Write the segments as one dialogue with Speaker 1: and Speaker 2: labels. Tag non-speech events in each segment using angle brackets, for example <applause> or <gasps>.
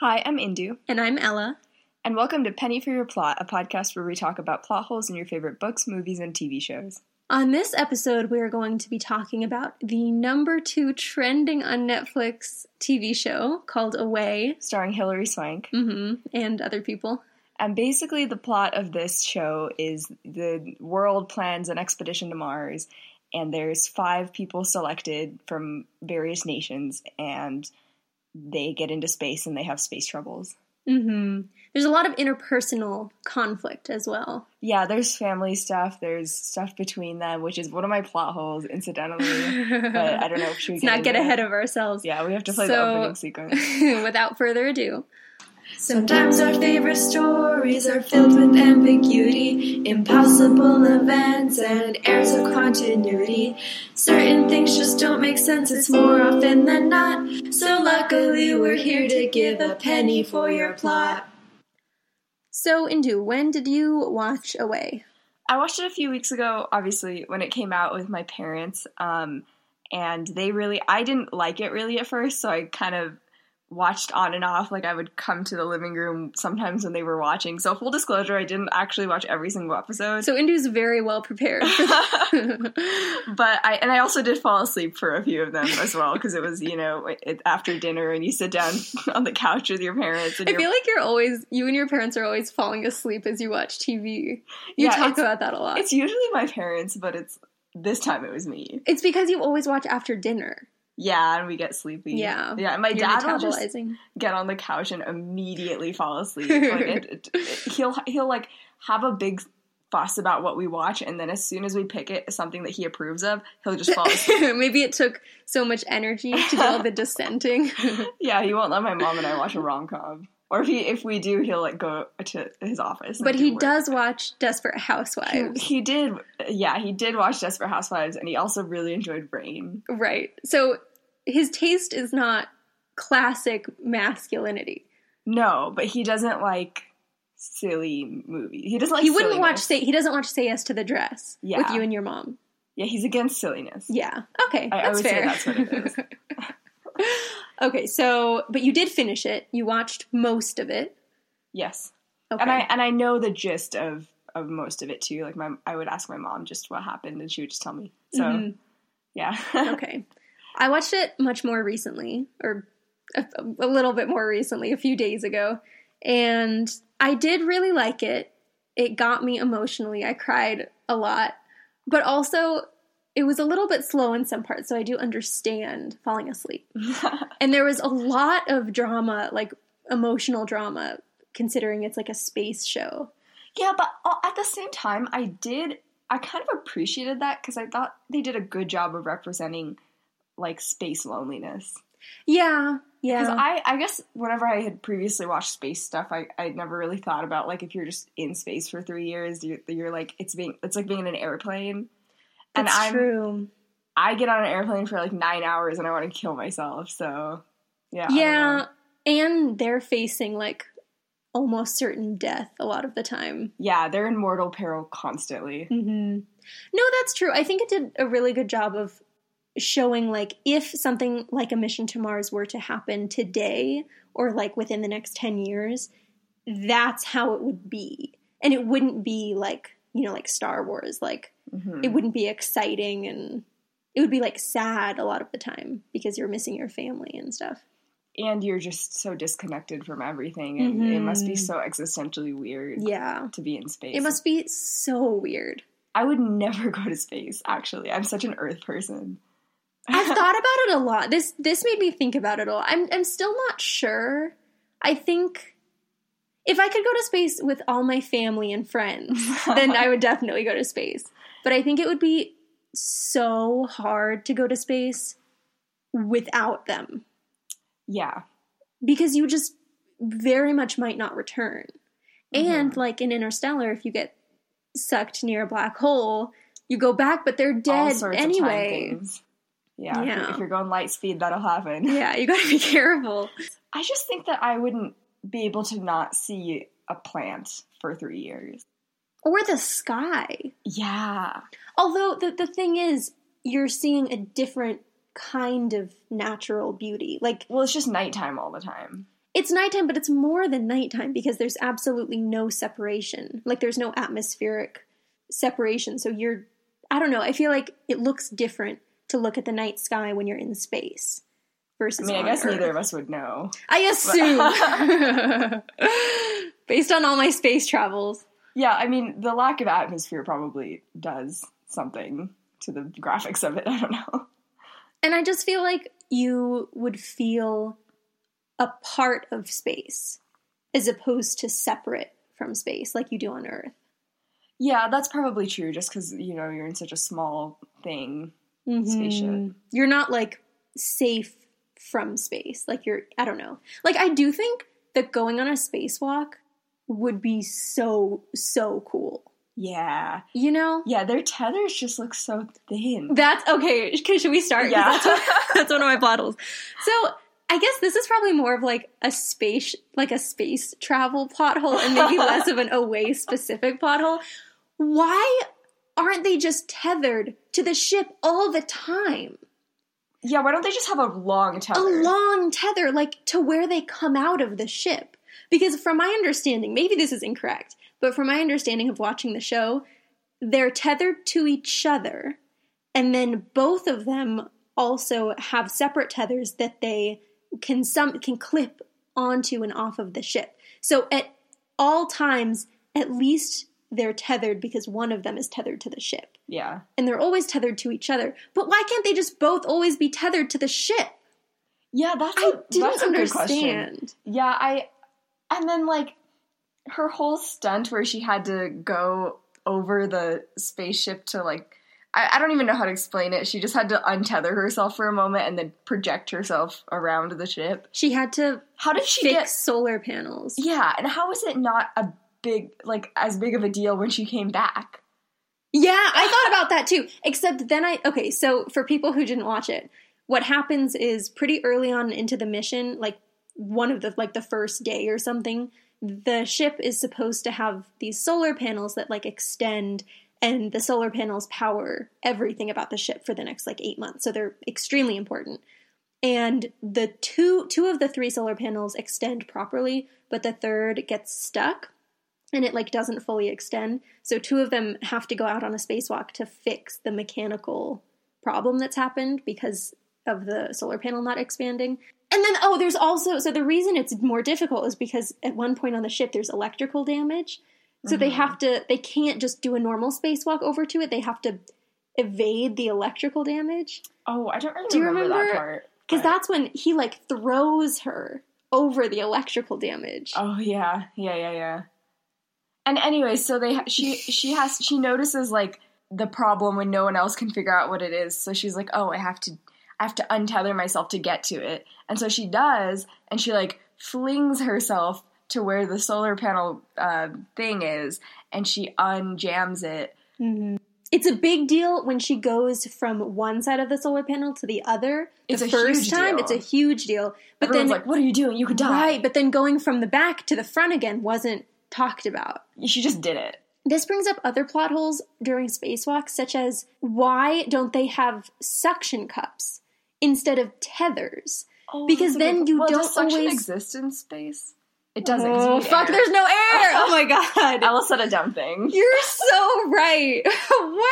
Speaker 1: Hi, I'm Indu,
Speaker 2: And I'm Ella.
Speaker 1: and welcome to Penny for Your Plot, a podcast where we talk about plot holes in your favorite books, movies, and TV shows.
Speaker 2: On this episode, we are going to be talking about the number two trending on Netflix TV show called Away
Speaker 1: Starring Hilary Swank.
Speaker 2: hmm and other people.
Speaker 1: And basically, the plot of this show is the world plans an expedition to Mars, and there's five people selected from various nations, and they get into space and they have space troubles.
Speaker 2: hmm There's a lot of interpersonal conflict as well.
Speaker 1: Yeah, there's family stuff, there's stuff between them, which is one of my plot holes, incidentally. but Oh, Uh, I don't know if should we
Speaker 2: Let's not get
Speaker 1: into
Speaker 2: ahead
Speaker 1: that?
Speaker 2: of ourselves.
Speaker 1: Yeah, we have to play the
Speaker 2: So-
Speaker 1: opening sequence.
Speaker 2: <laughs> Without further ado,
Speaker 3: Sometimes our favorite stories are filled with ambiguity, impossible events, and errors of continuity. Certain things just don't make sense, it's more often than not. So, luckily, we're here to give a penny for your plot.
Speaker 2: so Indu, when did you watch Away?
Speaker 1: I watched it a few weeks ago, obviously, when it came out with my parents. Um, and they really, I didn't like it really at first, so I kind of watched on and off. Like, I would come to the living room sometimes when they were watching. So, full disclosure, I didn't actually watch every single episode.
Speaker 2: So <laughs> Indu's very well prepared. <laughs> For that.
Speaker 1: <laughs> but I, and I also did fall asleep for a few of them as well, because it was, you know, it, after dinner and you sit down <laughs> on the couch with your parents and
Speaker 2: I
Speaker 1: you're
Speaker 2: feel like you're always you and your parents are always falling asleep as you watch TV. You
Speaker 1: Yeah,
Speaker 2: talk
Speaker 1: it's-
Speaker 2: about that a lot. It's,
Speaker 1: It's usually my parents, but it's this time it was me.
Speaker 2: because you always watch after dinner.
Speaker 1: Yeah, and we get sleepy.
Speaker 2: Yeah.
Speaker 1: yeah. My
Speaker 2: You're
Speaker 1: dad will just <laughs>
Speaker 2: metabolizing. <laughs>
Speaker 1: get on the couch and immediately fall asleep. Like it, it- it- he'll he'll like have a big fuss about what we watch, and then as soon as we pick it something that he approves of, he'll just fall
Speaker 2: <laughs>
Speaker 1: asleep.
Speaker 2: Maybe it took so much energy to
Speaker 1: <laughs>
Speaker 2: do all the dissenting.
Speaker 1: yeah, he won't let my mom and I watch a rom com. Or if he if we do, he'll like go to his office. and
Speaker 2: but
Speaker 1: do
Speaker 2: he
Speaker 1: work.
Speaker 2: does watch Desperate
Speaker 1: He,
Speaker 2: Housewives.
Speaker 1: he did, yeah, he did watch Desperate Housewives, and he also really enjoyed Rain.
Speaker 2: right. So his taste is not classic masculinity.
Speaker 1: No, but he doesn't like silly movies. He doesn't like.
Speaker 2: he wouldn't watch
Speaker 1: silliness.
Speaker 2: say he doesn't watch Say Yes to the Dress with
Speaker 1: Yeah.
Speaker 2: you and your mom.
Speaker 1: Yeah, he's against silliness.
Speaker 2: Yeah. Okay.
Speaker 1: I- I
Speaker 2: that's
Speaker 1: would say
Speaker 2: fair.
Speaker 1: that's what it is.
Speaker 2: <laughs> okay. So, but you did finish it. You watched most of it.
Speaker 1: Yes.
Speaker 2: Okay.
Speaker 1: and I and I know the gist of of most of it too. Like my I would ask my mom just what happened, and she would just tell me. So
Speaker 2: Mhm.
Speaker 1: <laughs> yeah,
Speaker 2: okay. I watched it much more recently, or a, a little bit more recently, a few days ago, and I did really like it. It got me emotionally. I cried a lot, but also it was a little bit slow in some parts, so I do understand falling asleep.
Speaker 1: <laughs>
Speaker 2: And there was a lot of drama, like emotional drama, considering it's like a space show.
Speaker 1: yeah. But uh, at the same time, I did I kind of appreciated that because I thought they did a good job of representing like space loneliness.
Speaker 2: Yeah,
Speaker 1: Because
Speaker 2: yeah.
Speaker 1: I I guess whenever I had previously watched space stuff, I I never really thought about like if you're just in space for three years, you're, you're like it's being it's like being in an airplane. And
Speaker 2: That's
Speaker 1: I'm
Speaker 2: true.
Speaker 1: I get on an airplane for like nine hours and I want to kill myself. So yeah, I don't know.
Speaker 2: Yeah, and they're facing like almost certain death a lot of the time.
Speaker 1: Yeah, they're in mortal peril constantly.
Speaker 2: Mm-hmm. No, that's true. I think it did a really good job of showing like if something like a mission to Mars were to happen today or like within the next 10 years, that's how it would be. And it wouldn't be like, you know, like Star Wars, like
Speaker 1: Mhm.
Speaker 2: it wouldn't be exciting and it would be like sad a lot of the time because you're missing your family and stuff.
Speaker 1: and you're just so disconnected from everything, and it must be
Speaker 2: Mhm.
Speaker 1: so existentially weird
Speaker 2: Yeah.
Speaker 1: to be in space.
Speaker 2: It must be so weird.
Speaker 1: I would never <laughs> go to space. Actually, I'm such an Earth person.
Speaker 2: I've thought about it a lot. This this made me think about it a lot. I'm I'm still not sure. I think if I could go to space with all my family and friends, then I would definitely go to space. But I think it would be so hard to go to space without them
Speaker 1: <laughs> yeah,
Speaker 2: because you just very much might not return.
Speaker 1: Mm-hmm.
Speaker 2: And like in Interstellar, if you get sucked near a black hole, you go back, but they're
Speaker 1: All
Speaker 2: dead
Speaker 1: sorts of time
Speaker 2: <laughs> anyway.
Speaker 1: things. Yeah, if you're-
Speaker 2: Yeah.
Speaker 1: If, you're going light speed, that'll happen.
Speaker 2: Yeah, you gotta be <laughs> careful.
Speaker 1: I just think that I wouldn't be able to not see a plant for three years.
Speaker 2: Or the sky.
Speaker 1: Yeah,
Speaker 2: Although the, the thing is, you're seeing a different kind of natural beauty. Like
Speaker 1: well, it's just nighttime all the time.
Speaker 2: it's nighttime, but it's more than nighttime because there's absolutely no separation. Like there's no atmospheric separation. So you're, I don't know. I feel like it looks different to look at the night sky when you're in space
Speaker 1: I
Speaker 2: versus.
Speaker 1: mean, I
Speaker 2: on
Speaker 1: guess
Speaker 2: Earth.
Speaker 1: neither of us would know.
Speaker 2: I assume, <laughs> based on all my space travels.
Speaker 1: Yeah, I mean, the lack of atmosphere probably does something to the graphics of it. <laughs> I don't know.
Speaker 2: And I just feel like you would feel a part of space as opposed to separate from space like you do on Earth.
Speaker 1: Yeah, that's probably true. Just because you know you're in such a small thing. Spaceship.
Speaker 2: Mhm. You're not like safe from space. Like you're, I don't know. Like I do think that going on a spacewalk would be so, so cool.
Speaker 1: Yeah,
Speaker 2: You know?
Speaker 1: yeah. Their tethers just look so thin.
Speaker 2: That's okay. Cause should we start? 'Cause
Speaker 1: Yeah.
Speaker 2: That's, <laughs> what- that's one of my plot holes. So I guess this is probably more of like a space, like a space travel plot hole and <laughs> maybe less of an away specific plot hole. Why aren't they just tethered to the ship all the time?
Speaker 1: Yeah, why don't they just have a long tether?
Speaker 2: a long tether, like to where they come out of the ship. Because from my understanding, maybe this is incorrect, but from my understanding of watching the show, they're tethered to each other, and then both of them also have separate tethers that they can some can clip onto and off of the ship. So at all times, at least they're tethered because one of them is tethered to the ship.
Speaker 1: yeah,
Speaker 2: And they're always tethered to each other. But why can't they just both always be tethered to the ship?
Speaker 1: yeah. That's
Speaker 2: I
Speaker 1: a-
Speaker 2: didn't
Speaker 1: that's a good question.
Speaker 2: understand.
Speaker 1: Yeah, I. And then like her whole stunt where she had to go over the spaceship to like. I I don't even know how to explain it. She just had to untether herself for a moment and then project herself around the ship.
Speaker 2: She had to
Speaker 1: How did she
Speaker 2: fix
Speaker 1: get
Speaker 2: solar panels.
Speaker 1: Yeah, and how was it not a big like as big of a deal when she came back?
Speaker 2: Yeah, I thought about that too. Except then I okay, so for people who didn't watch it, what happens is pretty early on into the mission, like one of the like the first day or something, the ship is supposed to have these solar panels that like extend and the solar panels power everything about the ship for the next like 8 months. So they're extremely important. And the two two of the three solar panels extend properly, but the third gets stuck and it like doesn't fully extend. So two of them have to go out on a spacewalk to fix the mechanical problem that's happened because of the solar panel not expanding. And then oh, there's also so the reason it's more difficult is because at one point on the ship there's electrical damage. So they
Speaker 1: Mhm.
Speaker 2: have to they can't just do a normal spacewalk over to it. They have to evade the electrical damage
Speaker 1: Oh, I don't really
Speaker 2: Do you
Speaker 1: remember, that
Speaker 2: remember-
Speaker 1: part.
Speaker 2: cuz
Speaker 1: but-
Speaker 2: that's when he like throws her over the electrical damage.
Speaker 1: Oh yeah, yeah, yeah, yeah. And anyway, so they ha- she she has she notices like the problem when no one else can figure out what it is. So she's like, "Oh, I have to I have to untether myself to get to it." And so she does, and she like flings herself to where the solar panel uh, thing is, and she unjams it.
Speaker 2: Mhm. It's a big deal when she goes from one side of the solar panel to the other. The
Speaker 1: It's a
Speaker 2: first
Speaker 1: huge
Speaker 2: time,
Speaker 1: deal.
Speaker 2: it's a huge deal. But
Speaker 1: Everyone's
Speaker 2: then,
Speaker 1: like, "What are you doing? You could die!"
Speaker 2: right? But then going from the back to the front again wasn't talked about.
Speaker 1: she just did it.
Speaker 2: This brings up other plot holes during spacewalks, such as why don't they have suction cups instead of tethers?
Speaker 1: Oh,
Speaker 2: Because
Speaker 1: that's a
Speaker 2: then
Speaker 1: good-
Speaker 2: you
Speaker 1: well,
Speaker 2: don't
Speaker 1: does suction
Speaker 2: always-
Speaker 1: exist in space. It doesn't. 'cause you <laughs>
Speaker 2: Oh,
Speaker 1: need
Speaker 2: fuck!
Speaker 1: air.
Speaker 2: There's no air. Oh my
Speaker 1: <laughs>
Speaker 2: god!
Speaker 1: Ella said a dumb thing.
Speaker 2: You're so right. <laughs> wow.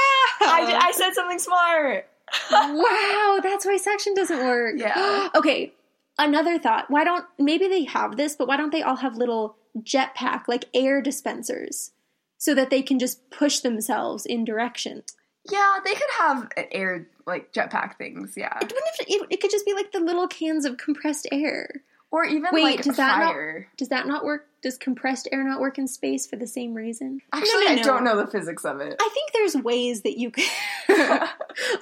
Speaker 1: I,
Speaker 2: <laughs>
Speaker 1: did- I said something smart.
Speaker 2: wow, that's why suction doesn't work.
Speaker 1: Yeah.
Speaker 2: <gasps> okay. Another thought. Why don't maybe they have this, but why don't they all have little jetpack like air dispensers so that they can just push themselves in direction?
Speaker 1: Yeah, they could have an air like jetpack things. Yeah,
Speaker 2: It wouldn't have to, it, it could just be like the little cans of compressed air.
Speaker 1: or even
Speaker 2: Wait,
Speaker 1: like
Speaker 2: does that not-
Speaker 1: fire.
Speaker 2: Does that not work? Does compressed air not work in space for the same reason? No,
Speaker 1: Actually,
Speaker 2: no,
Speaker 1: I
Speaker 2: no.
Speaker 1: don't know the physics of it.
Speaker 2: I think there's ways that you could. <laughs>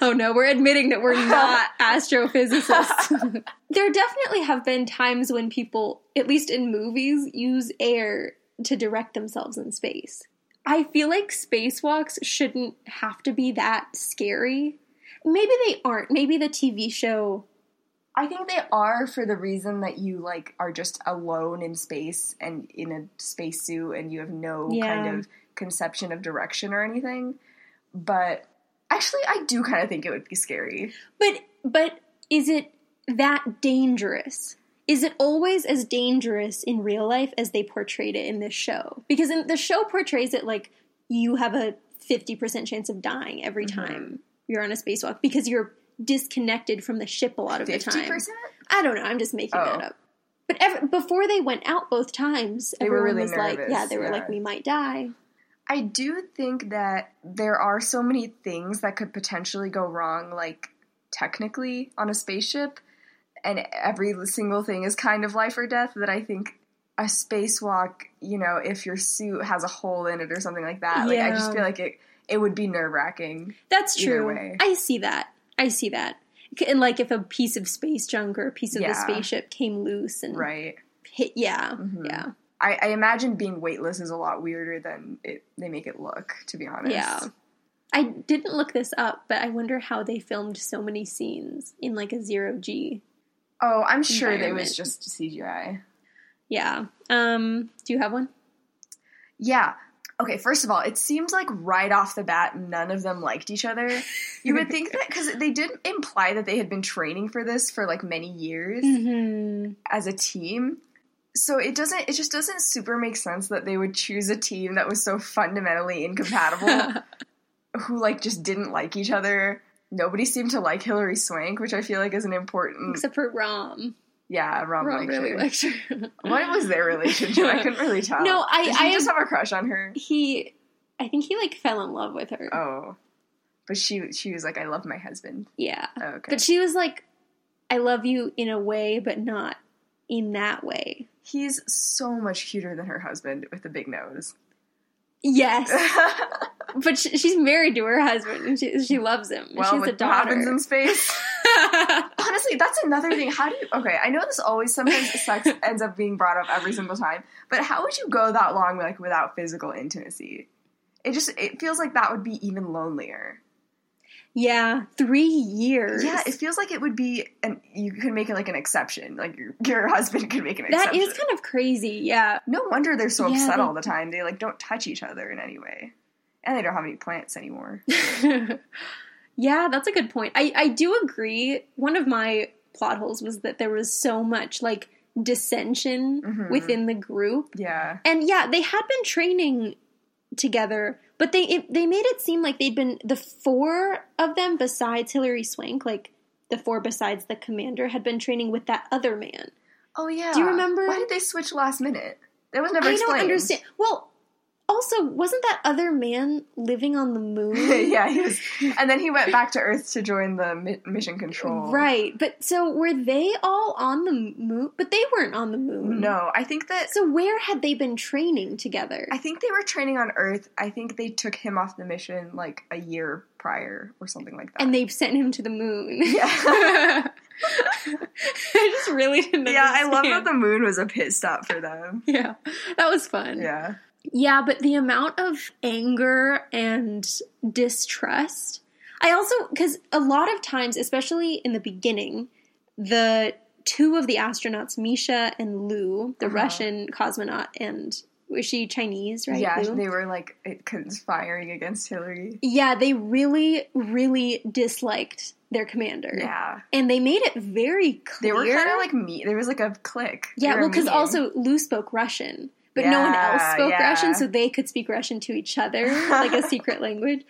Speaker 2: oh no, we're admitting that we're not astrophysicists. there definitely have been times when people, at least in movies, use air to direct themselves in space. I feel like spacewalks shouldn't have to be that scary. Maybe they aren't. Maybe the TV show.
Speaker 1: I think they are for the reason that you like are just alone in space and in a spacesuit and you have no
Speaker 2: Yeah.
Speaker 1: kind of conception of direction or anything. But actually, I do kind of think it would be scary.
Speaker 2: But but is it that dangerous? is it always as dangerous in real life as they portrayed it in this show? Because in, the show portrays it like you have a 50% chance of dying every
Speaker 1: Mm-hmm.
Speaker 2: time you're on a spacewalk because you're disconnected from the ship a lot of the
Speaker 1: Fifty
Speaker 2: time.
Speaker 1: percent.
Speaker 2: I don't know. I'm just making that
Speaker 1: Oh.
Speaker 2: up. But ev- before they went out both times,
Speaker 1: They were
Speaker 2: everyone
Speaker 1: really
Speaker 2: was like,
Speaker 1: nervous,
Speaker 2: yeah, they were
Speaker 1: yeah.
Speaker 2: like, we might die.
Speaker 1: I do think that there are so many things that could potentially go wrong, like technically on a spaceship, and every single thing is kind of life or death. That I think a spacewalk, you know, if your suit has a hole in it or something like that, like I just
Speaker 2: Yeah.
Speaker 1: feel like it it would be nerve wracking.
Speaker 2: That's
Speaker 1: Either
Speaker 2: true.
Speaker 1: way.
Speaker 2: I see that. I see that. C- And like if a piece of space junk or a piece of the
Speaker 1: Yeah.
Speaker 2: spaceship came loose and
Speaker 1: Right.
Speaker 2: hit, yeah,
Speaker 1: Mhm.
Speaker 2: yeah.
Speaker 1: I, I imagine being weightless is a lot weirder than it, they make it look. To be honest.
Speaker 2: Yeah. I didn't look this up, but I wonder how they filmed so many scenes in like a zero G.
Speaker 1: Oh, I'm sure that it was
Speaker 2: Environment.
Speaker 1: just CGI.
Speaker 2: Yeah. Um, do you have one?
Speaker 1: Yeah. Okay, first of all, it seems like right off the bat, none of them liked each other. You would think that because they did imply that they had been training for this for like many years
Speaker 2: Mm-hmm.
Speaker 1: as a team. So it doesn't, it just doesn't super make sense that they would choose a team that was so fundamentally incompatible,
Speaker 2: <laughs>
Speaker 1: who like just didn't like each other. Nobody seemed to like Hillary Swank, which I feel like is an important.
Speaker 2: Except for Rom.
Speaker 1: yeah, Rom,
Speaker 2: Rom
Speaker 1: liked
Speaker 2: really
Speaker 1: her.
Speaker 2: liked <laughs> her.
Speaker 1: What was their relationship? I couldn't
Speaker 2: <laughs>
Speaker 1: really tell.
Speaker 2: No, I-
Speaker 1: Did he
Speaker 2: I-
Speaker 1: just have a crush on her.
Speaker 2: he? I think he like fell in love with her.
Speaker 1: Oh, but she she was like, "I love my husband."
Speaker 2: Yeah.
Speaker 1: Oh, okay,
Speaker 2: But she was like, I love you in a way, but not in that way.
Speaker 1: he's so much cuter than her husband with the big <laughs> nose. <laughs>
Speaker 2: Yes.
Speaker 1: well,
Speaker 2: but she, she's married to her husband and she, she loves him. And she's a
Speaker 1: with what
Speaker 2: daughter.
Speaker 1: happens in space. <laughs> Honestly, that's another thing. How do you? Okay, I know this always sometimes sex <laughs> ends up being brought up every single time, but how would you go that long like without physical intimacy? It just it feels like that would be even lonelier.
Speaker 2: <laughs> yeah. Three years.
Speaker 1: Yeah, it feels like it would be, and you could make it like an exception. Like your, your husband could make an
Speaker 2: That
Speaker 1: exception.
Speaker 2: is kind of crazy. Yeah. <laughs>
Speaker 1: No wonder they're so
Speaker 2: Yeah,
Speaker 1: upset
Speaker 2: they-
Speaker 1: all the time. They like don't touch each other in any way, and they don't have any plants anymore.
Speaker 2: yeah, that's a good point. I, I do agree. One of my plot holes was that there was so much like dissension
Speaker 1: Mhm.
Speaker 2: within the group.
Speaker 1: yeah,
Speaker 2: And yeah, they had been training together, but they it, they made it seem like they'd been the four of them besides Hillary Swank, like the four besides the commander had been training with that other man.
Speaker 1: Oh yeah.
Speaker 2: Do you remember-
Speaker 1: why did they switch last minute? That was never
Speaker 2: I
Speaker 1: explained.
Speaker 2: don't understand. Well, also, wasn't that other man living on the
Speaker 1: <laughs>
Speaker 2: moon?
Speaker 1: yeah, he was, and then he went back to Earth to join the mi- mission control.
Speaker 2: Right. But so were they all on the moon? But they weren't on the moon.
Speaker 1: No, I think that
Speaker 2: So where had they been training together?
Speaker 1: I think they were training on Earth. I think they took him off the mission like a year prior or something like that.
Speaker 2: and they sent him to the moon.
Speaker 1: <laughs>
Speaker 2: <laughs>
Speaker 1: Yeah.
Speaker 2: I just really didn't
Speaker 1: yeah, I love that
Speaker 2: understand.
Speaker 1: the moon was a pit stop for them.
Speaker 2: Yeah, that was fun.
Speaker 1: Yeah.
Speaker 2: Yeah, but the amount of anger and distrust. I also, because a lot of times, especially in the beginning, the two of the astronauts, Misha and Lou, the
Speaker 1: Uh-huh.
Speaker 2: Russian cosmonaut, and was she Chinese, right?
Speaker 1: yeah,
Speaker 2: Lou?
Speaker 1: they were like conspiring against Hillary.
Speaker 2: yeah, they really, really disliked their commander.
Speaker 1: Yeah.
Speaker 2: And they made it very
Speaker 1: They
Speaker 2: clear.
Speaker 1: were kind of like me. There was like a click.
Speaker 2: Yeah,
Speaker 1: They
Speaker 2: well,
Speaker 1: were
Speaker 2: because
Speaker 1: meeting.
Speaker 2: also Lou spoke Russian, but no one
Speaker 1: Yeah,
Speaker 2: else spoke
Speaker 1: yeah.
Speaker 2: Russian, so they could speak Russian to each other,
Speaker 1: <laughs>
Speaker 2: like a secret language.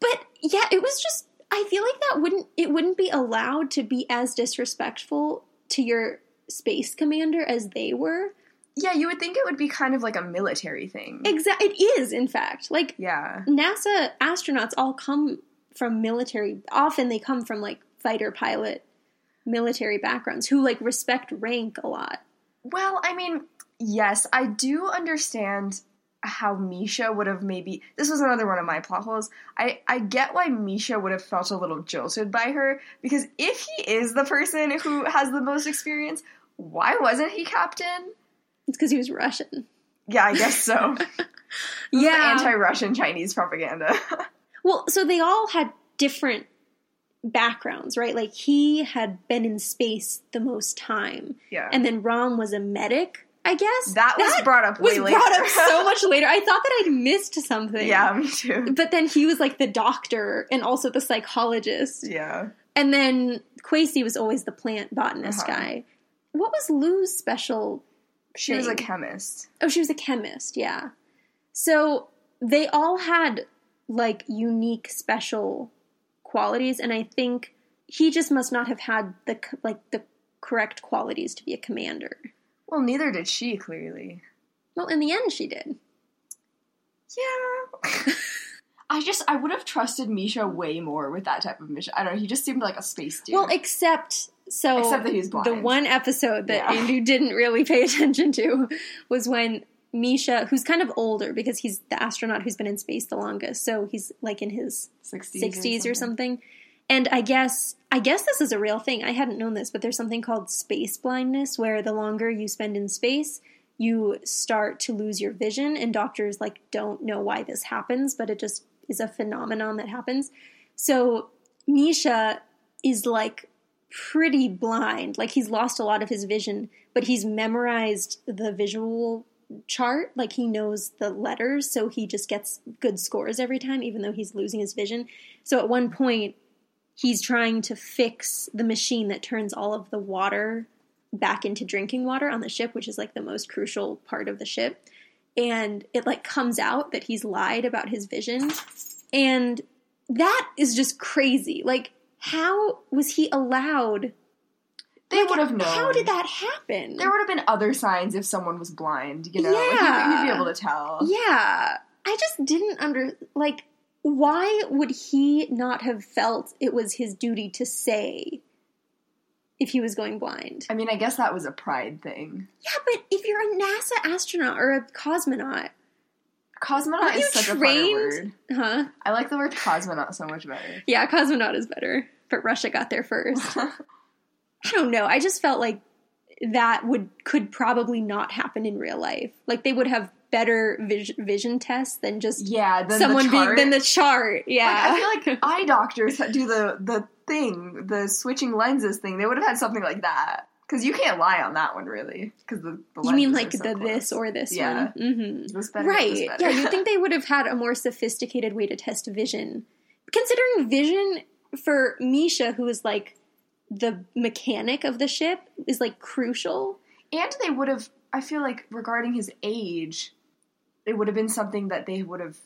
Speaker 2: But yeah, it was just. I feel like that wouldn't it wouldn't be allowed to be as disrespectful to your space commander as they were.
Speaker 1: yeah, you would think it would be kind of like a military thing.
Speaker 2: Exact. It is, in fact, like
Speaker 1: yeah,
Speaker 2: NASA astronauts all come from military. Often they come from like fighter pilot military backgrounds who like respect rank a lot.
Speaker 1: Well, I mean, yes, I do understand how Misha would have maybe this was another one of my plot holes. I, I get why Misha would have felt a little jilted by her, because if he is the person who has the most experience, why wasn't he captain?
Speaker 2: It's because he was Russian.
Speaker 1: Yeah, I guess
Speaker 2: <laughs>
Speaker 1: so. Anti Russian Chinese propaganda. <laughs>
Speaker 2: Well, so they all had different backgrounds, right? Like he had been in space the most time,
Speaker 1: yeah.
Speaker 2: and then Rom was a medic, I guess.
Speaker 1: that was brought up
Speaker 2: was
Speaker 1: way later.
Speaker 2: brought
Speaker 1: <laughs>
Speaker 2: up so much later. I thought that I'd missed something.
Speaker 1: yeah, me too.
Speaker 2: But then he was like the doctor and also the psychologist.
Speaker 1: Yeah.
Speaker 2: And then Quasi was always the plant botanist
Speaker 1: Uh-huh.
Speaker 2: guy. what was Lou's special?
Speaker 1: She was a
Speaker 2: thing?
Speaker 1: chemist.
Speaker 2: Oh, she was a chemist, yeah. So they all had like unique special qualities and I think he just must not have had the c- like the correct qualities to be a commander.
Speaker 1: Well, neither did she, clearly.
Speaker 2: Well, in the end she did.
Speaker 1: <laughs> Yeah. I just, I would have trusted Misha way more with that type of mission. I don't know, he just seemed like a space dude.
Speaker 2: Well, except so
Speaker 1: Except that he's blind.
Speaker 2: the one episode that
Speaker 1: Yeah.
Speaker 2: Andrew <laughs> didn't really pay attention to was when Misha, who's kind of older because he's the astronaut who's been in space the longest, so he's like in his
Speaker 1: 60s,
Speaker 2: 60s or something. And I guess I guess this is a real thing. I hadn't known this, but there's something called space blindness where the longer you spend in space, you start to lose your vision and doctors like don't know why this happens, but it just is a phenomenon that happens. So Misha is like pretty blind. Like he's lost a lot of his vision, but he's memorized the visual chart. Like he knows the letters, so he just gets good scores every time, even though he's losing his vision. So at one point, he's trying to fix the machine that turns all of the water back into drinking water on the ship, which is like the most crucial part of the ship. And it like comes out that he's lied about his vision. And that is just crazy. Like, how was he allowed?
Speaker 1: They would have known.
Speaker 2: How did that happen?
Speaker 1: There would have been other signs if someone was blind, you know? Like,
Speaker 2: Yeah.
Speaker 1: you'd, you'd be able to tell.
Speaker 2: Yeah. I just didn't under like why would he not have felt it was his duty to say if he was going blind?
Speaker 1: I mean, I guess that was a pride thing.
Speaker 2: Yeah, but if you're a NASA astronaut or a cosmonaut,
Speaker 1: Cosmonaut
Speaker 2: Aren't you
Speaker 1: is such a funny
Speaker 2: trained?
Speaker 1: word.
Speaker 2: huh?
Speaker 1: I like the word cosmonaut so much
Speaker 2: <laughs>
Speaker 1: better.
Speaker 2: Yeah, cosmonaut is better, but Russia got there first. I don't know. I just felt like that would could probably not happen in real life. Like they would have better vis- vision tests than just
Speaker 1: Yeah, then
Speaker 2: someone
Speaker 1: the
Speaker 2: being
Speaker 1: chart.
Speaker 2: than the chart.
Speaker 1: Like,
Speaker 2: Yeah.
Speaker 1: I feel like eye doctors that do the the thing, the switching lenses thing. They would have had something like that because you can't lie on that one, really. Because the, the
Speaker 2: You mean
Speaker 1: lenses
Speaker 2: like
Speaker 1: are so
Speaker 2: the
Speaker 1: close.
Speaker 2: this or this
Speaker 1: Yeah.
Speaker 2: one?
Speaker 1: Is this
Speaker 2: hmm
Speaker 1: better? Is
Speaker 2: Right.
Speaker 1: this better?
Speaker 2: Yeah, you'd <laughs> think they would have had a more sophisticated way to test vision. Considering vision for Misha, who is like the mechanic of the ship, is like crucial.
Speaker 1: <laughs> and they would have. I feel like regarding his age, it would have been something that they would have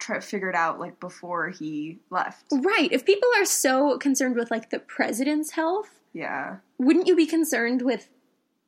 Speaker 1: tr- figured out like before he left.
Speaker 2: Right. If people are so concerned with like the president's health,
Speaker 1: Yeah,
Speaker 2: wouldn't you be concerned with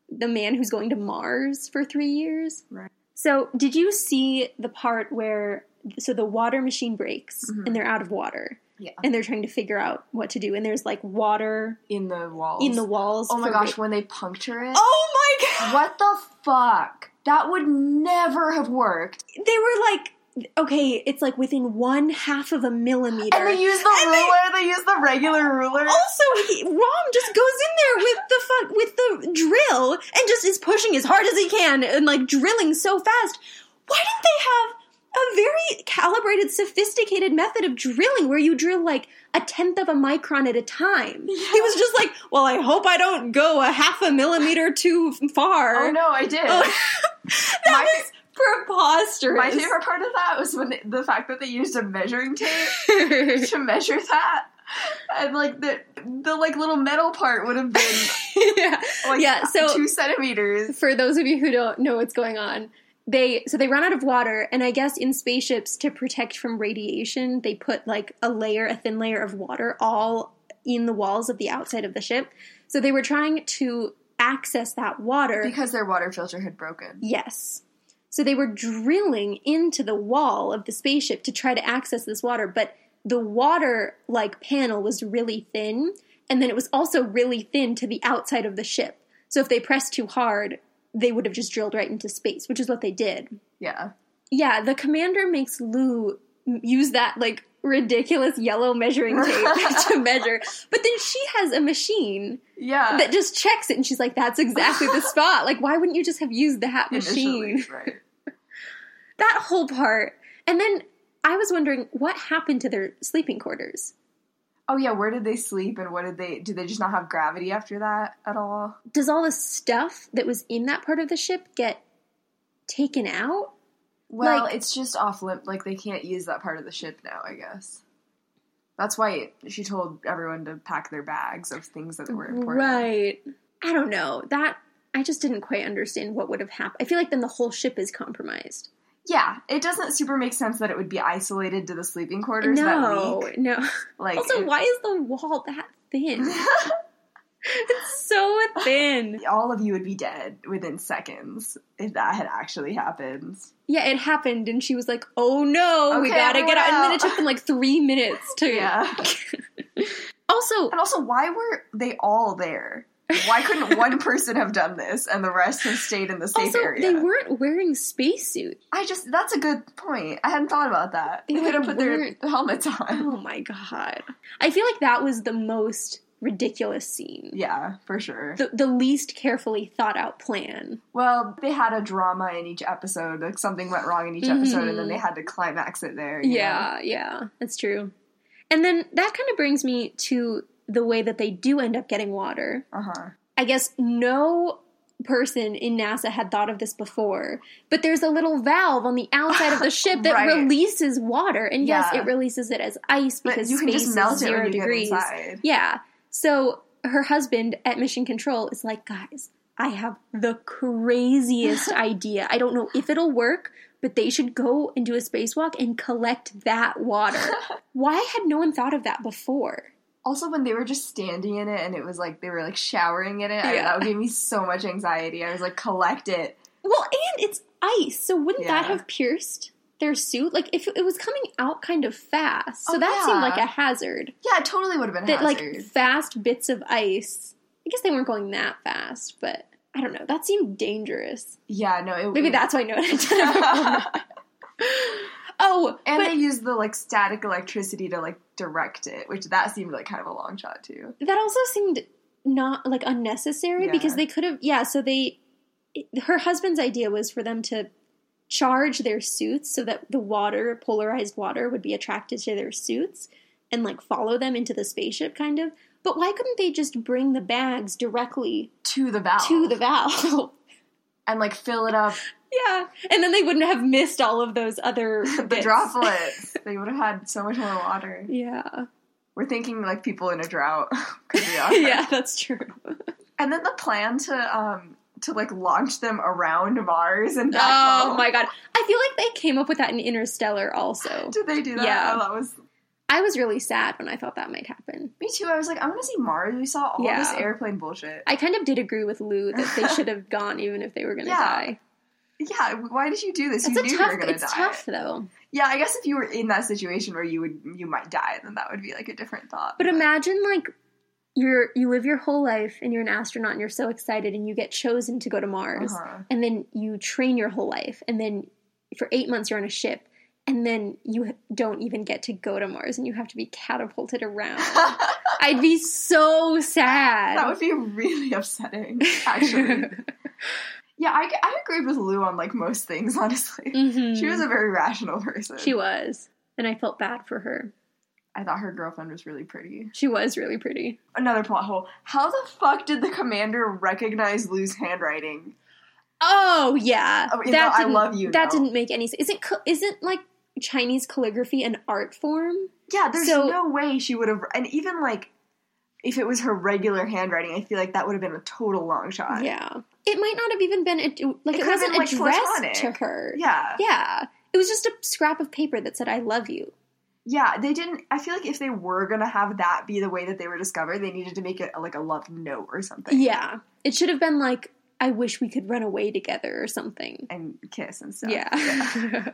Speaker 2: the man who's going to Mars for three years?
Speaker 1: Right.
Speaker 2: So, did you see the part where so the water machine breaks
Speaker 1: Mhm.
Speaker 2: and they're out of water?
Speaker 1: Yeah.
Speaker 2: And they're trying to figure out what to do, and there's like water
Speaker 1: in the walls.
Speaker 2: in the walls.
Speaker 1: oh my
Speaker 2: for-
Speaker 1: gosh, when they puncture it.
Speaker 2: Oh my god!
Speaker 1: What the fuck? That would never have worked.
Speaker 2: They were like, okay, it's like within one half of a millimeter.
Speaker 1: And they use the
Speaker 2: And they- Oh,
Speaker 1: ruler. They, use the regular ruler.
Speaker 2: Also, he, Rom just goes in there with the fuck with the drill and just is pushing as hard as he can and like drilling so fast. Why didn't they have a very calibrated, sophisticated method of drilling where you drill like a tenth of a micron at a time? He was just like, "Well, I hope I don't go a half a millimeter too far." <laughs>
Speaker 1: Oh no, I did.
Speaker 2: that
Speaker 1: My-
Speaker 2: was preposterous.
Speaker 1: My favorite part of that was when they, the fact that they used a measuring tape to measure that, and like the the like little metal part would have
Speaker 2: <laughs>
Speaker 1: been
Speaker 2: yeah.
Speaker 1: like
Speaker 2: Yeah, so-
Speaker 1: two centimeters.
Speaker 2: for those of you who don't know what's going on, they so they run out of water, and I guess in spaceships to protect from radiation, they put like a layer, a thin layer of water all in the walls of the outside of the ship. So they were trying to access that water.
Speaker 1: Because their water filter had broken.
Speaker 2: yes. So they were drilling into the wall of the spaceship to try to access this water, but the water like panel was really thin, and then it was also really thin to the outside of the ship. So if they pressed too hard, they would have just drilled right into space, which is what they did.
Speaker 1: Yeah.
Speaker 2: Yeah, the commander makes Lou m- use that like ridiculous yellow measuring tape <laughs> to measure, but then she has a machine
Speaker 1: Yeah.
Speaker 2: that just checks it, and she's like, "That's exactly <laughs> the spot." Like, why wouldn't you just have used that
Speaker 1: Initially,
Speaker 2: machine?
Speaker 1: Right.
Speaker 2: that whole part. And then I was wondering what happened to their sleeping quarters.
Speaker 1: Oh yeah, where did they sleep and what did they did they just not have gravity after that at all?
Speaker 2: Does all the stuff that was in that part of the ship get taken out?
Speaker 1: Well,
Speaker 2: Like-
Speaker 1: it's just off limit. Like they can't use that part of the ship now. I guess that's why she told everyone to pack their bags of things that were important.
Speaker 2: Right. I don't know. That I just didn't quite understand what would have happened. I feel like then the whole ship is compromised.
Speaker 1: Yeah, it doesn't super make sense that it would be isolated to the sleeping quarters that
Speaker 2: No,
Speaker 1: week.
Speaker 2: no.
Speaker 1: <laughs> Like,
Speaker 2: also,
Speaker 1: it-
Speaker 2: why is the wall that thin?
Speaker 1: <laughs>
Speaker 2: it's so thin.
Speaker 1: all of you would be dead within seconds if that had actually happened.
Speaker 2: Yeah, it happened, and she was like, "Oh no, we
Speaker 1: Okay,
Speaker 2: gotta get out." And then
Speaker 1: everyone
Speaker 2: it
Speaker 1: out.
Speaker 2: took them like three minutes to.
Speaker 1: Yeah.
Speaker 2: Also,
Speaker 1: And also, why were they all there? Why
Speaker 2: <laughs>
Speaker 1: couldn't one person have done this and the rest have stayed in the safe
Speaker 2: also,
Speaker 1: area?
Speaker 2: they weren't wearing spacesuits.
Speaker 1: I just, that's a good point. I hadn't thought about that.
Speaker 2: They,
Speaker 1: They could have
Speaker 2: like,
Speaker 1: put their
Speaker 2: weren't-
Speaker 1: helmets on.
Speaker 2: Oh my god! I feel like that was the most ridiculous scene.
Speaker 1: Yeah, for sure.
Speaker 2: The, the least carefully thought out plan.
Speaker 1: Well, they had a drama in each episode. Like something went wrong in each episode, and then they had to climax it there. you know?
Speaker 2: Mm-hmm. Yeah, yeah, that's true. And then that kind of brings me to the way that they do end up getting water.
Speaker 1: Uh-huh.
Speaker 2: I guess no person in NASA had thought of this before, but there's a little valve on the
Speaker 1: <laughs>
Speaker 2: outside of the ship that
Speaker 1: Right.
Speaker 2: releases water, and yes,
Speaker 1: Yeah.
Speaker 2: it releases it as ice
Speaker 1: But
Speaker 2: because
Speaker 1: you can
Speaker 2: space
Speaker 1: just melt
Speaker 2: is
Speaker 1: it
Speaker 2: zero
Speaker 1: when you
Speaker 2: degrees.
Speaker 1: get inside.
Speaker 2: Yeah. So her husband at Mission Control is like, guys, I have the
Speaker 1: <laughs>
Speaker 2: craziest idea. I don't know if it'll work, but they should go and do a spacewalk and collect that
Speaker 1: <laughs>
Speaker 2: water. Why had no one thought of that before?
Speaker 1: Also, when they were just standing in it and it was like they were like showering in it, I,
Speaker 2: Yeah.
Speaker 1: that would give me so much anxiety. I was like, collect it.
Speaker 2: Well, and it's ice, so wouldn't that
Speaker 1: Yeah.
Speaker 2: have pierced their suit? Like, if it was coming out kind of fast, so
Speaker 1: Oh,
Speaker 2: that
Speaker 1: yeah.
Speaker 2: seemed like a hazard.
Speaker 1: Yeah, it totally would have been
Speaker 2: That,
Speaker 1: hazard.
Speaker 2: like, fast bits of ice. I guess they weren't going that fast, but I don't know. That seemed dangerous.
Speaker 1: yeah, no, it
Speaker 2: Maybe that's why no one had
Speaker 1: <laughs>
Speaker 2: done it before. Oh,
Speaker 1: and
Speaker 2: but
Speaker 1: they used the like static electricity to like direct it, which that seemed like kind of a long shot too.
Speaker 2: that also seemed not like unnecessary
Speaker 1: Yeah.
Speaker 2: because they could have. Yeah, so they. it- Her husband's idea was for them to charge their suits so that the water, polarized water, would be attracted to their suits and like follow them into the spaceship, kind of. But why couldn't they just bring the bags directly
Speaker 1: To the valve.
Speaker 2: to the valve? <laughs>
Speaker 1: and like fill it up
Speaker 2: yeah, and then they wouldn't have missed all of those other
Speaker 1: <laughs> the
Speaker 2: bits.
Speaker 1: droplets. they would have had so much more water.
Speaker 2: Yeah,
Speaker 1: We're thinking like people in a drought. <laughs> 'Cause we are.
Speaker 2: <laughs> yeah, that's true.
Speaker 1: And then the plan to um to like launch them around Mars and back <laughs>
Speaker 2: Oh
Speaker 1: home.
Speaker 2: my god. I feel like they came up with that in Interstellar also.
Speaker 1: Did they do that?
Speaker 2: Yeah.
Speaker 1: Oh, that was
Speaker 2: I was really sad when I thought that might happen.
Speaker 1: me too. I was like, I want to see Mars. We saw all
Speaker 2: Yeah.
Speaker 1: this airplane bullshit.
Speaker 2: I kind of did agree with Lou
Speaker 1: <laughs>
Speaker 2: that they should have gone even if they were going to
Speaker 1: Yeah,
Speaker 2: die.
Speaker 1: yeah, why did you do this?
Speaker 2: It's
Speaker 1: you
Speaker 2: a
Speaker 1: knew you
Speaker 2: tough
Speaker 1: were gonna
Speaker 2: it's
Speaker 1: die.
Speaker 2: tough though.
Speaker 1: Yeah, I guess if you were in that situation where you would you might die, then that would be like a different thought.
Speaker 2: But imagine like you're you live your whole life and you're an astronaut and you're so excited and you get chosen to go to Mars
Speaker 1: Uh-huh.
Speaker 2: and then you train your whole life and then for 8 months you're on a ship and then you don't even get to go to Mars and you have to be
Speaker 1: <laughs>
Speaker 2: catapulted around. I'd be so
Speaker 1: <laughs>
Speaker 2: sad.
Speaker 1: that would be really upsetting,
Speaker 2: <laughs>
Speaker 1: actually. yeah, I, I agreed with Lou on like most things, honestly.
Speaker 2: Mhm.
Speaker 1: She was a very rational person.
Speaker 2: She was. And I felt bad for her.
Speaker 1: I thought her girlfriend was really pretty.
Speaker 2: She was really pretty.
Speaker 1: Another plot hole. How the fuck did the commander recognize Lou's handwriting?
Speaker 2: Oh yeah,
Speaker 1: Oh, you know, I
Speaker 2: didn't-
Speaker 1: love you,
Speaker 2: That
Speaker 1: though.
Speaker 2: didn't make any sense. Isn't cal- isn't like Chinese calligraphy an art form?
Speaker 1: Yeah, there's
Speaker 2: So-
Speaker 1: no way she would have. And even like, if it was her regular handwriting, I feel like that would have been a total long shot.
Speaker 2: Yeah, it might not have even been a, like
Speaker 1: It
Speaker 2: it,
Speaker 1: could've
Speaker 2: wasn't
Speaker 1: been, like,
Speaker 2: addressed
Speaker 1: platonic.
Speaker 2: to her.
Speaker 1: Yeah.
Speaker 2: yeah, it was just a scrap of paper that said "I love you."
Speaker 1: Yeah, they didn't. I feel like if they were gonna have that be the way that they were discovered, they needed to make it like a love note or something.
Speaker 2: Yeah, it should have been like "I wish we could run away together" or something.
Speaker 1: And kiss and stuff.
Speaker 2: <laughs> yeah.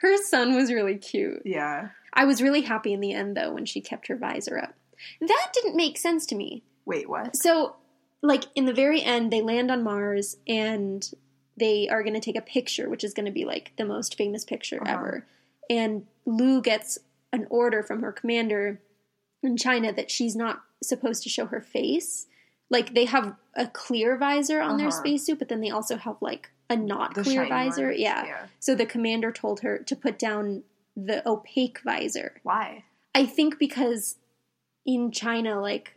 Speaker 2: her son was really cute.
Speaker 1: Yeah.
Speaker 2: I was really happy in the end though when she kept her visor up. That didn't make sense to me.
Speaker 1: Wait, what?
Speaker 2: So, like in the very end, they land on Mars and they are going to take a picture, which is going to be like the most famous picture
Speaker 1: Uh-huh.
Speaker 2: ever. And Lou gets an order from her commander in China that she's not supposed to show her face. Like they have a clear visor on their
Speaker 1: Uh-huh.
Speaker 2: spacesuit, but then they also have like a not clear
Speaker 1: shiny one?
Speaker 2: visor. Yeah.
Speaker 1: yeah.
Speaker 2: So the commander told her to put down the opaque visor.
Speaker 1: Why?
Speaker 2: I think because in China, like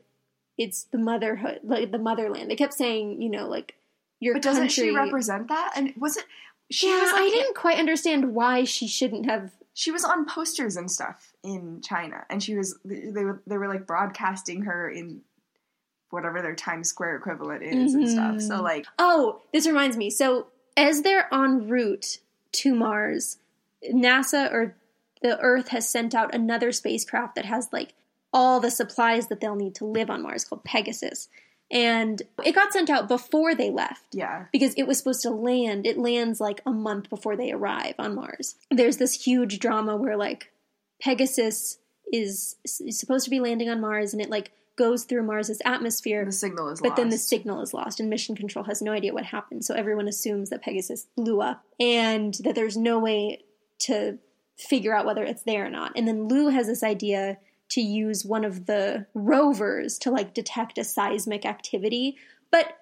Speaker 2: it's the motherhood, like the motherland. They kept saying, you know, like your
Speaker 1: But doesn't
Speaker 2: country.
Speaker 1: she represent that? And was it? She
Speaker 2: yeah,
Speaker 1: was like,
Speaker 2: I didn't quite understand why she shouldn't have.
Speaker 1: She was on posters and stuff in China, and she was they were they were like broadcasting her in whatever their Times Square equivalent is and stuff. So
Speaker 2: Mhm.
Speaker 1: like
Speaker 2: Oh, this reminds me. So, as they're en route to Mars, NASA or the Earth has sent out another spacecraft that has like all the supplies that they'll need to live on Mars called Pegasus. And it got sent out before they left
Speaker 1: yeah.
Speaker 2: because it was supposed to land. It lands like a month before they arrive on Mars. There's this huge drama where like Pegasus is, is supposed to be landing on Mars and it like goes through Mars's atmosphere
Speaker 1: The signal is
Speaker 2: but then the
Speaker 1: lost.
Speaker 2: signal is lost, and mission control has no idea what happened. So everyone assumes that Pegasus blew up and that there's no way to figure out whether it's there or not. And then Lou has this idea to use one of the rovers to like detect a seismic activity. But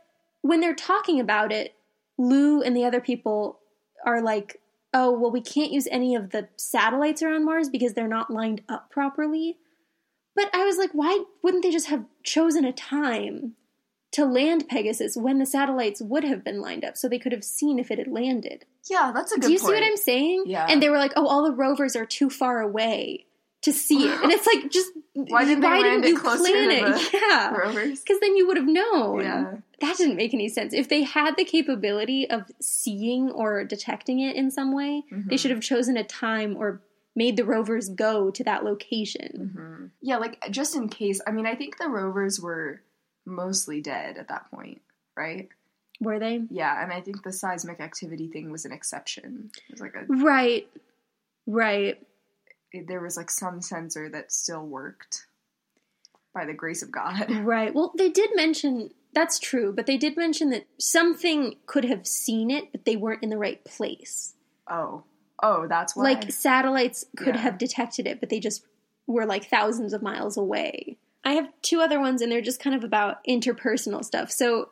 Speaker 2: when they're talking about it, Lou and the other people are like, oh, well, we can't use any of the satellites around Mars because they're not lined up properly. But I was like, why wouldn't they just have chosen a time to land Pegasus when the satellites would have been lined up so they could have seen if it had landed?
Speaker 1: yeah, that's a good
Speaker 2: Do you
Speaker 1: point.
Speaker 2: see what I'm saying?
Speaker 1: Yeah.
Speaker 2: And they were like, oh, all the rovers are too far away to see it. And it's like, just
Speaker 1: <laughs> Why didn't they land it closer to the
Speaker 2: <laughs> Yeah.
Speaker 1: Rovers?
Speaker 2: Because then you would have known.
Speaker 1: Yeah.
Speaker 2: That didn't make any sense. If they had the capability of seeing or detecting it in some way, they
Speaker 1: Mhm.
Speaker 2: should have chosen a time or made the rovers go to that location.
Speaker 1: Mhm. Yeah, like just in case. I mean, I think the rovers were mostly dead at that point, right?
Speaker 2: Were they?
Speaker 1: Yeah, and I think the seismic activity thing was an exception. It was like a,
Speaker 2: Right. Right.
Speaker 1: there was like some sensor that still worked by the grace of God.
Speaker 2: Right. Well, they did mention that's true, but they did mention that something could have seen it, but they weren't in the right place.
Speaker 1: Oh, oh, that's why.
Speaker 2: Like satellites could
Speaker 1: Yeah.
Speaker 2: have detected it, but they just were like thousands of miles away. I have two other ones, and they're just kind of about interpersonal stuff. So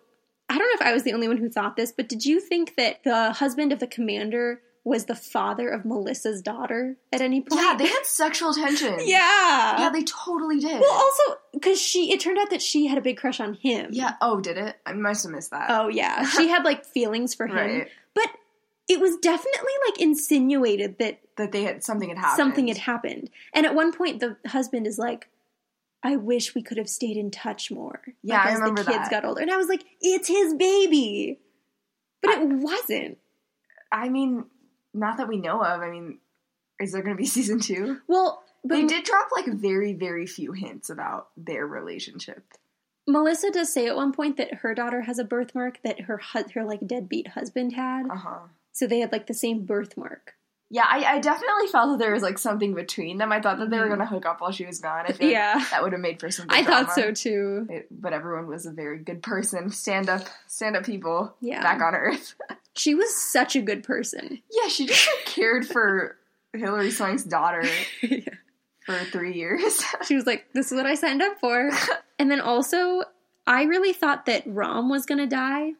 Speaker 2: I don't know if I was the only one who thought this, but did you think that the husband of the commander was the father of Melissa's daughter at any point?
Speaker 1: yeah,
Speaker 2: <laughs>
Speaker 1: they had sexual tension.
Speaker 2: yeah.
Speaker 1: yeah, they totally did.
Speaker 2: well, oh. also because she, it turned out that she had a big crush on him.
Speaker 1: yeah. Oh, did it? I must have missed that.
Speaker 2: Oh
Speaker 1: <laughs>
Speaker 2: yeah, she had like feelings for him,
Speaker 1: right.
Speaker 2: but it was definitely like insinuated that
Speaker 1: That they had something had happened.
Speaker 2: something had happened. And at one point, the husband is like, "I wish we could have stayed in touch more." like,
Speaker 1: Yeah, I
Speaker 2: as
Speaker 1: remember
Speaker 2: the kids
Speaker 1: that.
Speaker 2: got older, and I was like, "It's his baby," but it wasn't.
Speaker 1: I mean, not that we know of. I mean, is there going to be season two?
Speaker 2: Well, but
Speaker 1: they did drop like very, very few hints about their relationship.
Speaker 2: Melissa does say at one point that her daughter has a birthmark that her hu- her like deadbeat husband had,
Speaker 1: Uh huh.
Speaker 2: so they had like the same birthmark.
Speaker 1: Yeah, I, I definitely felt that there was like something between them. I thought that they were
Speaker 2: Mhm.
Speaker 1: going to hook up while she was gone. I feel like
Speaker 2: Yeah,
Speaker 1: that would have made for some. Good
Speaker 2: I thought so
Speaker 1: drama.
Speaker 2: too.
Speaker 1: It- but everyone was a very good person. Stand up, stand up people.
Speaker 2: Yeah.
Speaker 1: Back on Earth. <laughs>
Speaker 2: She was such a good person.
Speaker 1: Yeah, she just like, cared for Hillary Swank's
Speaker 2: <laughs>
Speaker 1: daughter for three years. <laughs>
Speaker 2: She was like, "This is what I signed up for." And then also, I really thought that Rom was gonna die.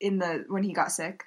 Speaker 1: In the when he got sick.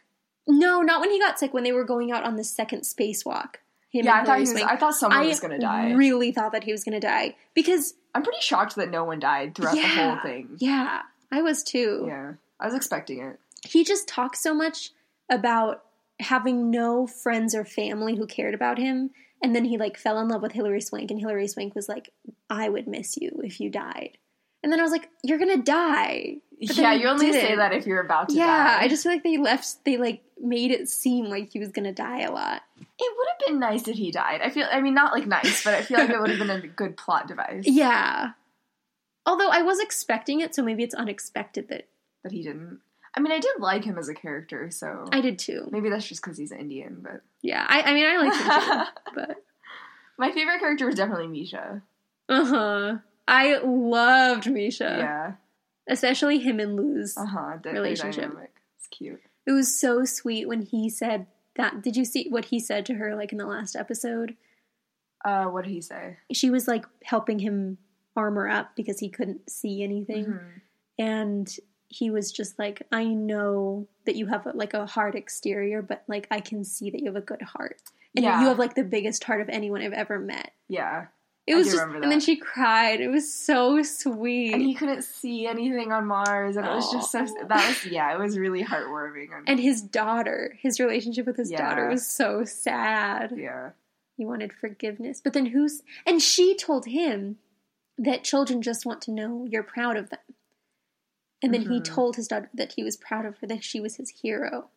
Speaker 2: No, not when he got sick. When they were going out on the second spacewalk, him
Speaker 1: yeah,
Speaker 2: and
Speaker 1: I thought
Speaker 2: Hillary
Speaker 1: he was.
Speaker 2: Swank.
Speaker 1: I thought someone was going to die.
Speaker 2: Really thought that he was gonna die because
Speaker 1: I'm pretty shocked that no one died throughout the
Speaker 2: Yeah.
Speaker 1: whole thing.
Speaker 2: yeah, I was too.
Speaker 1: yeah, I was expecting it.
Speaker 2: He just talked so much about having no friends or family who cared about him. And then he like fell in love with Hillary Swank, and Hillary Swank was like, "I would miss you if you died." And then I was like, "You're gonna die." But then
Speaker 1: yeah,
Speaker 2: he
Speaker 1: you only say
Speaker 2: didn't.
Speaker 1: that if you're about to die.
Speaker 2: yeah, I just feel like they left. They like made it seem like he was gonna die a lot.
Speaker 1: It would have been nice if he died. I feel. I mean, not like nice, but I feel like it would have been a good plot device
Speaker 2: <laughs> Yeah. Although I was expecting it, so maybe it's unexpected that
Speaker 1: that he didn't. I mean, I did like him as a character, so
Speaker 2: I did too.
Speaker 1: maybe that's just because he's Indian. But
Speaker 2: Yeah, I, I mean <laughs> I liked it too, but
Speaker 1: <laughs> my favorite character was definitely Misha.
Speaker 2: uh huh. I loved Misha,
Speaker 1: yeah,
Speaker 2: especially him and Luz.
Speaker 1: uh huh. That
Speaker 2: Relationship.
Speaker 1: dynamic. It's cute.
Speaker 2: It was so sweet when he said that. Did you see what he said to her like in the last episode?
Speaker 1: Uh, what did he say?
Speaker 2: She was like helping him armor up because he couldn't see anything.
Speaker 1: Mhm.
Speaker 2: and he was just like i know that you have like a hard exterior but like i can see that you have a good heart and that
Speaker 1: Yeah.
Speaker 2: you have like the biggest heart of anyone i've ever met
Speaker 1: Yeah,
Speaker 2: it
Speaker 1: I
Speaker 2: was
Speaker 1: do
Speaker 2: just
Speaker 1: remember
Speaker 2: and then
Speaker 1: that.
Speaker 2: she cried it was so sweet
Speaker 1: and he couldn't see anything on Mars, and it was just so.
Speaker 2: Aw.
Speaker 1: That was yeah, it was really heartwarming.
Speaker 2: And his daughter his relationship with his daughter
Speaker 1: Yeah.
Speaker 2: was so sad
Speaker 1: yeah,
Speaker 2: he wanted forgiveness but then who's and she told him that children just want to know you're proud of them And then he
Speaker 1: Mhm.
Speaker 2: told his daughter that he was proud of her, that she was his hero.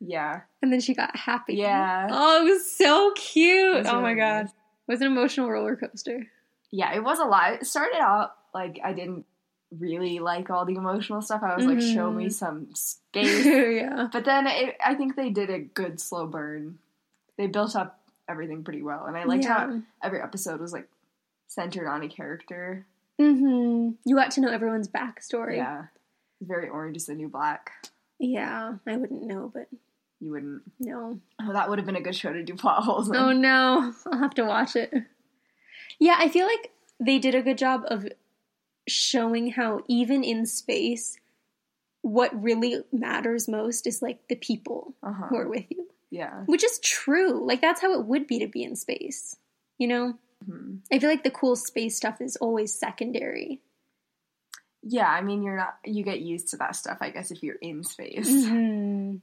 Speaker 1: Yeah.
Speaker 2: And then she got happy.
Speaker 1: Yeah.
Speaker 2: Oh, it was so cute.
Speaker 1: It was
Speaker 2: oh my
Speaker 1: really
Speaker 2: god.
Speaker 1: nice.
Speaker 2: It was an emotional roller coaster.
Speaker 1: Yeah, it was a lot. It started out like I didn't really like all the emotional stuff. I was like, show me
Speaker 2: Mhm.
Speaker 1: some space.
Speaker 2: <laughs> yeah.
Speaker 1: but then it, I think they did a good slow burn. They built up everything pretty well. And I liked how every episode was like centered on a character.
Speaker 2: hmm You got to know everyone's backstory.
Speaker 1: Yeah. Very orange is the new black.
Speaker 2: Yeah, I wouldn't know, but
Speaker 1: You wouldn't.
Speaker 2: no.
Speaker 1: Oh, that would have been a good show to do plot holes. in.
Speaker 2: Oh no, <laughs> I'll have to watch it. Yeah, I feel like they did a good job of showing how even in space, what really matters most is like the people
Speaker 1: Uh-huh.
Speaker 2: who are with you,
Speaker 1: Yeah.
Speaker 2: which is true. Like that's how it would be to be in space. You know,
Speaker 1: Mhm.
Speaker 2: I feel like the cool space stuff is always secondary.
Speaker 1: Yeah, I mean, you're not, you get used to that stuff, I guess, if you're in space.
Speaker 2: Mm-hmm.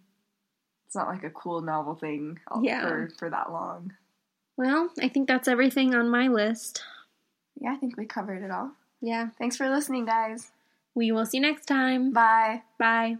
Speaker 1: It's not like a cool novel thing all-
Speaker 2: Yeah.
Speaker 1: for, for that long.
Speaker 2: Well, I think that's everything on my list.
Speaker 1: Yeah, I think we covered it all.
Speaker 2: Yeah,
Speaker 1: Thanks for listening, guys.
Speaker 2: we will see you next time.
Speaker 1: Bye.
Speaker 2: Bye.